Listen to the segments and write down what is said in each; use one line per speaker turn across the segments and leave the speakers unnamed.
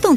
懂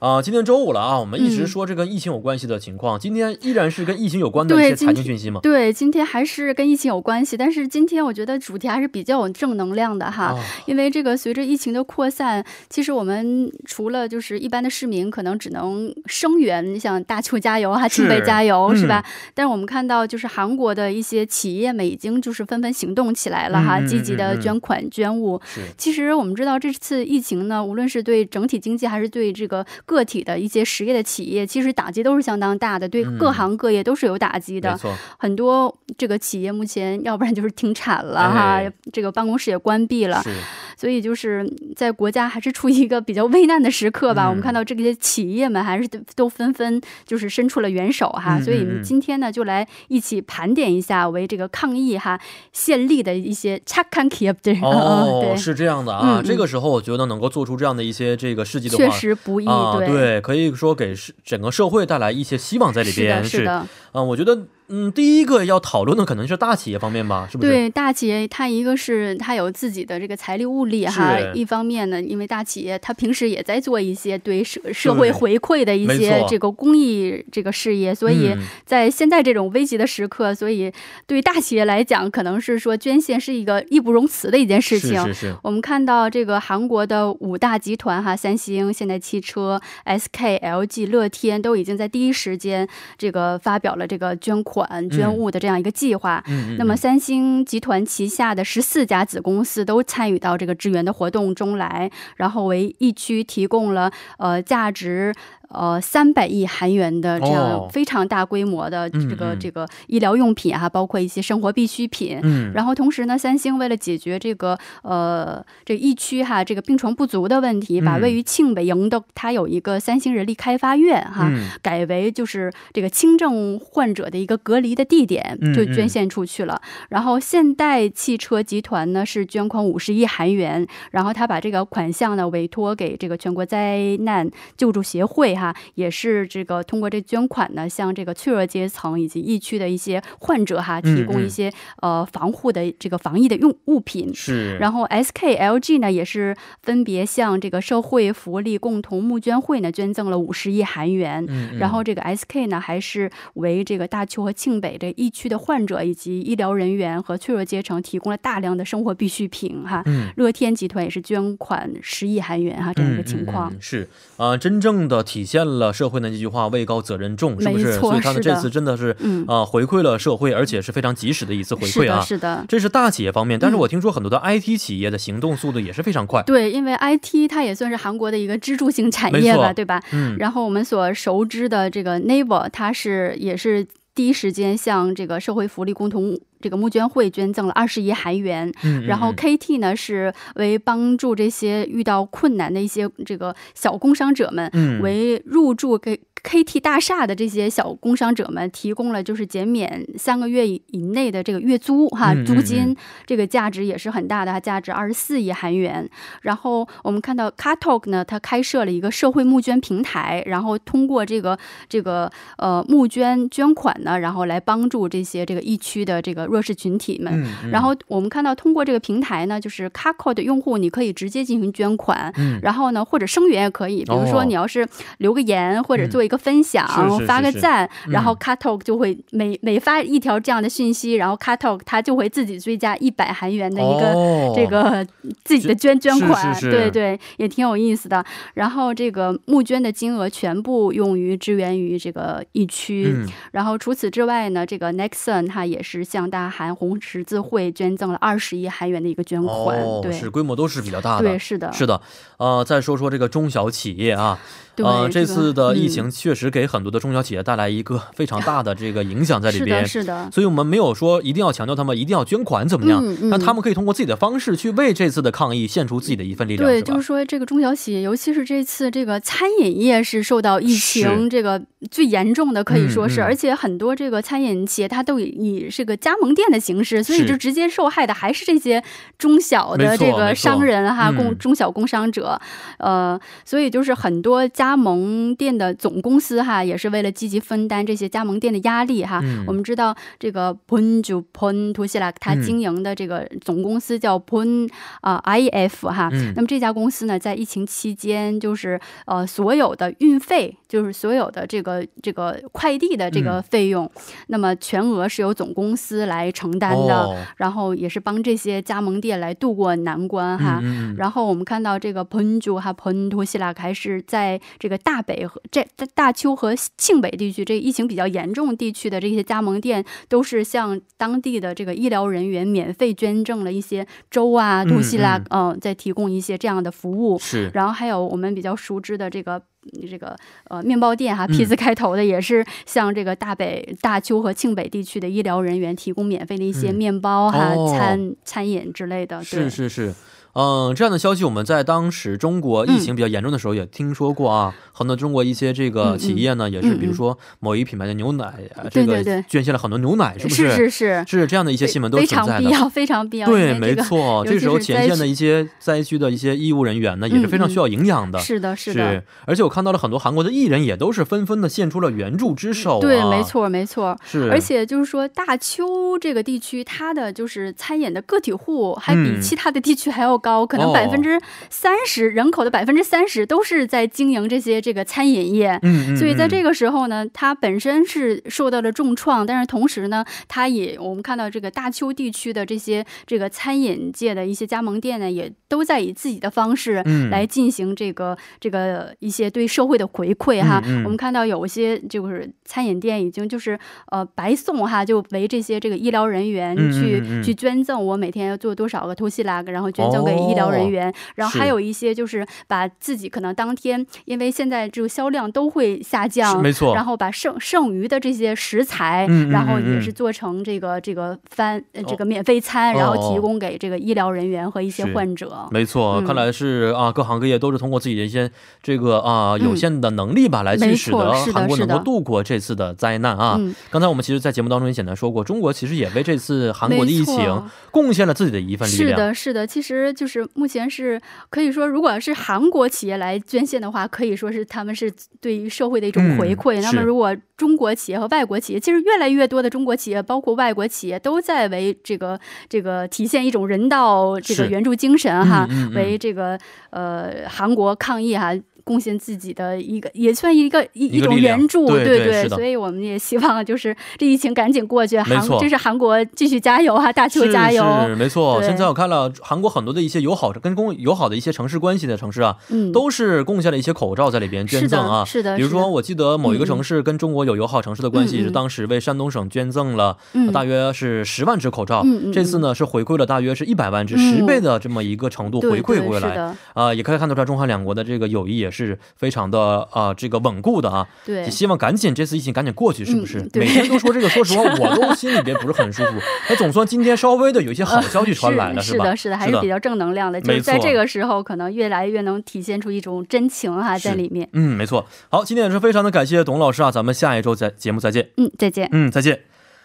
啊、今天周五了啊，我们一直说这跟疫情有关系的情况，今天依然是跟疫情有关的一
对
些
今
财经讯息吗
嗯。？对，今天还是跟疫情有关系，但是今天我觉得主题还是比较有正能量的哈。
啊
因为这个随着疫情的扩散，其实我们除了就是一般的市民可能只能声援，你想大邱加油啊，
是
庆北加油是
嗯
吧？但是我们看到就是韩国的一些企业们已经就是纷纷行动起来了哈，
嗯嗯
积极
嗯
的
嗯
捐款捐物。
是
其实我们知道这次疫情呢，无论是对整体经济还是对这个个体的一些实业的企业，其实打击都是相当大的，对
嗯
各行各业都是有打击的。
没错，
很多这个企业目前要不然就是停产了哈，
哎
这个办公室也关闭了，
是
所以就是在国家还是处于一个比较危难的时刻吧。
嗯
我们看到这些企业们还是都都纷纷就是伸出了援手哈，
嗯
所以
嗯嗯
今天呢就来一起盘点一下为这个抗疫哈献力的一些 c h a k a n k i 对，嗯
哦，
对，
是这样的啊、
嗯嗯
这个时候我觉得能够做出这样的一些这个事迹的话，
确实不易，
啊，
对。
对，可以说给是整个社会带来一些希望在里
是的，
边。
是的，
嗯，我觉得，嗯，第一个要讨论的可能是大企业方面吧，是不是？
对大企业，它一个是它有自己的这个财力物力哈
是，
一方面呢，因为大企业它平时也在做一些对社社会
对
回馈的一
没
些
错
这个公益这个事业，所以
嗯
在现在这种危急的时刻，所以对大企业来讲，可能是说捐献是一个义不容辞的一件事
是
情。
是是，
我们看到这个韩国的五大集团哈，三星、现代汽车、SK、LG、乐天都已经在第一时间这个发表了这个捐款捐物的这样一个计划。
嗯嗯嗯。
那么，
嗯
三星集团旗下的十四家子公司都参与到这个支援的活动中来，然后为疫区提供了呃价值呃三百亿韩元的这
哦
样非常大规模的这个、
嗯嗯
这个医疗用品啊，包括一些生活必需品。
嗯，
然后同时呢，三星为了解决这个呃这个疫区哈这个病床不足的问题，把
嗯
位于庆北营的它有一个三星人力开发院哈，
嗯
改为就是这个轻症患者的一个隔离的地点
嗯，
就捐献出去了。然后现代汽车集团呢是捐款五十亿韩元，然后他把这个款项呢委托给这个全国灾难救助协会哈，也是这个通过这捐款呢，向这个脆弱阶层以及疫区的一些患者哈
嗯
提供一些、呃防护的这个防疫的用物品。
是，
然后 SKLG 呢，也是分别向这个社会福利共同募捐会呢捐赠了五十亿韩元，
嗯，嗯
然后这个 SK 呢，还是为这个大邱和庆北这疫区的患者以及医疗人员和脆弱阶层提供了大量的生活必需品哈。
嗯。
乐天集团也是捐款十亿韩元哈，这样一个情况。
嗯嗯嗯是啊、真正的体现了社会的那句话“位高责任重”，是不
没
是？
错
所以他们
是
这
的
次真的是
嗯
啊、回馈了社会，而且是非常及时的一次回
是
馈
的，
啊。
是的。
这是大企业方面，但是我听说很多的 IT 企业的行动速度也是非常快。
对，因为 IT 它也算是韩国的一个支柱性产业
没
吧，
错
对吧？
嗯，
然后我们所熟知的这个 Naver，它是也是第一时间向这个社会福利共同这个募捐会捐赠了二十亿韩元，
嗯嗯
然后
嗯
KT 呢是为帮助这些遇到困难的一些这个小工商者们，
嗯
为入驻给 KT 大厦的这些小工商者们提供了就是减免三个月以以内的这个月租哈
嗯嗯，
租
嗯
金这个价值也是很大的，它价值二十四亿韩元。然后我们看到 Katalog 呢，它开设了一个社会募捐平台，然后通过这个这个呃募捐捐款呢，然后来帮助这些这个疫区的这个弱势群体们。
嗯嗯
然后我们看到，通过这个平台呢，就是 c a c o 的用户，你可以直接进行捐款，
嗯
然后呢，或者声援也可以。比如
哦
说，你要是留个言，或者做一个分享，
是是是
发个
是
赞，
嗯
然后 c a t a l 就会每每发一条这样的讯息，然后 c a t a l 它就会自己追加一百韩元的一个、
哦
这个自己的捐捐款，
是是
对对，也挺有意思的。然后这个募捐的金额全部用于支援于这个疫区，
嗯
然后除此之外呢，这个 Nexon 它也是向大韩红十字会捐赠了二十亿韩元的一个捐款，
哦，
对
是规模都是比较大的。
对是的，
是的，呃，再说说这个中小企业啊，
对
呃，
这
这
个
次的疫
嗯
情确实给很多的中小企业带来一个非常大的这个影响在里
是
边
的，，是的，
所以我们没有说一定要强调他们一定要捐款怎么样，
嗯嗯
但他们可以通过自己的方式去为这次的抗疫献出自己的一份力量，
对，
吧
就是说这个中小企业，尤其是这次这个餐饮业是受到疫
是
情这个最严重的可以说是，
嗯嗯
而且很多这个餐饮企业它都以以这个加盟店的形式，所以
是
就直接受害的还是这些中小
没
的
错
这
没
个
错
商人哈，
嗯
工中小工商者，呃，所以就是很多加盟店的总公司哈，也是为了积极分担这些加盟店的压力哈。
嗯
我们知道这个 Pun 就 Pun t u s i l a 它
嗯
经营的这个总公司叫 Pun 啊、IF 哈，
嗯
那么这家公司呢，在疫情期间，就是呃，所有的运费，就是所有的这个这个快递的这个
嗯
费用，那么全额是由总公司来承担的，
哦
然后也是帮这些加盟店来渡过难关哈。
嗯嗯嗯
然后我们看到这个 Punju 哈 Puntu 希腊还是在这个大北和这大大邱和庆北地区这个疫情比较严重地区的这些加盟店，都是向当地的这个医疗人员免费捐赠了一些粥啊、
嗯
杜希腊，
嗯
嗯、在提供一些这样的服务。
是
然后还有我们比较熟知的这个这个呃面包店哈、
嗯
，P 字开头的也是向这个大北、大邱和庆北地区的医疗人员提供免费的一些
嗯
面包哈、
哦
餐餐饮之类的。对
是是是，嗯，这样的消息我们在当时中国疫
嗯
情比较严重的时候也听说过啊，很多中国一些这个
嗯嗯
企业呢，也是比如
嗯嗯
说某一品牌的牛奶，啊
对
这
对
个
对
捐献了很多牛奶，是不是？
是是
是这样的一些新闻都
非
是存
常
在
必
的。
要，非常必要。因
对，
为
没
这个。
错，
尤
这
其
时候
是
前
灾
线的
区嗯
一些灾区的一些医务人员呢，也是非常需要营养的。
是的，是的
是，，而且我看到了很多韩国的艺人也都是纷纷的献出了援助之手、啊。
对，没，错，没错。
是，
而且就是说，大邱这个地区，它的就是餐饮的个体户还比
嗯
其他的地区还要高，可能
哦
百分之三十人口的百分之三十都是在经营这些这个餐饮业。
嗯，嗯
所以在这
个
个时候呢，它本身是受到了重创，但是同时呢，它也我们看到这个大邱地区的这些这个餐饮界的一些加盟店呢，也都在以自己的方式
嗯
来进行这个这个一些对社会的回馈哈。
嗯嗯
我们看到有一些就是餐饮店已经就是呃白送哈，就为这些这个医疗人员
嗯嗯
去、
嗯嗯
去捐赠，我每天要做多少个偷西拉，然后捐赠给医疗人员、然后
哦
还
是
有一些就是把自己可能当天，因为现在这个销量都会下降，
没错，
然后把剩剩余的这些食材，
嗯嗯
然后
嗯
也
嗯
是做成这个这个饭、呃
哦
这个免费餐、然后
哦
提供给这个医疗人员和一些
是
患者。
没错，
嗯
看来是啊，各行各业都是通过自己的一些这个啊有限的能力吧，来去
嗯没
使
错
得
是的
韩国
是
能够
的
度过这次的灾难啊。
嗯，
刚才我们其实，在节目当中也简单说过，中国其实也为这次韩国的
没
疫
错
情贡献了自己的一份力
是
量。嗯
的，是的，其实就是目前是可以说，如果是韩国企业来捐献的话，可以说是他们是对于社会的一种回馈。
嗯
那么，
是
如果中国企业和外国企业，其实越来越多的中国企业，包括外国企业，都在为这个这个体现一种人道这个
是
援助精神哈，
嗯嗯嗯
为这个呃韩国抗疫哈。贡献自己的一个，也算一个一
一个
种
力量
援助，
对
对
对是的
所以我们也希望就是这疫情赶紧过去，
没
韩
错
这是韩国继续加油哈，大邱
是
加油，
是没错。
对
现在我看了韩国很多的一些友好跟公友好的一些城市关系的城市啊，
嗯，
都是贡献了一些口罩在里边捐赠啊。
是的，是的
比如
是的嗯
说，我记得某一个城市跟中国有友好城市的关系，
嗯嗯
是当时为山东省捐赠了
嗯，
大约是十万只口罩。
嗯嗯
这次呢是回馈了大约是一百万只，十、
嗯
倍的这么一个程度
对
回馈
对
回
是
来
的，
啊、也可以看得出来中韩两国的这个友谊也是非常的啊、这个稳固的啊。
对
也，希望赶紧这次疫情赶紧过去，是不是？
嗯对
每天都说 这个，说实话我都心里边不是很舒服。那总算今天稍微的有一些好消息传来了，
是
吧？
的，是的，还是比较正能量的，就
没
是在
错
这个时候，可能越来越能体现出一种真情哈、在
是
里面。
嗯，没错。好，今天也是非常的感谢董老师啊，咱们下一周再节目再见。
嗯，再见。
嗯，再见。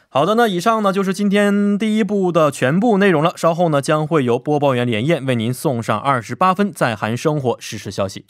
好的，那以上呢就是今天第一部的全部内容了。稍后呢将会由播报员连燕为您送上二十八分在韩生活实时消息。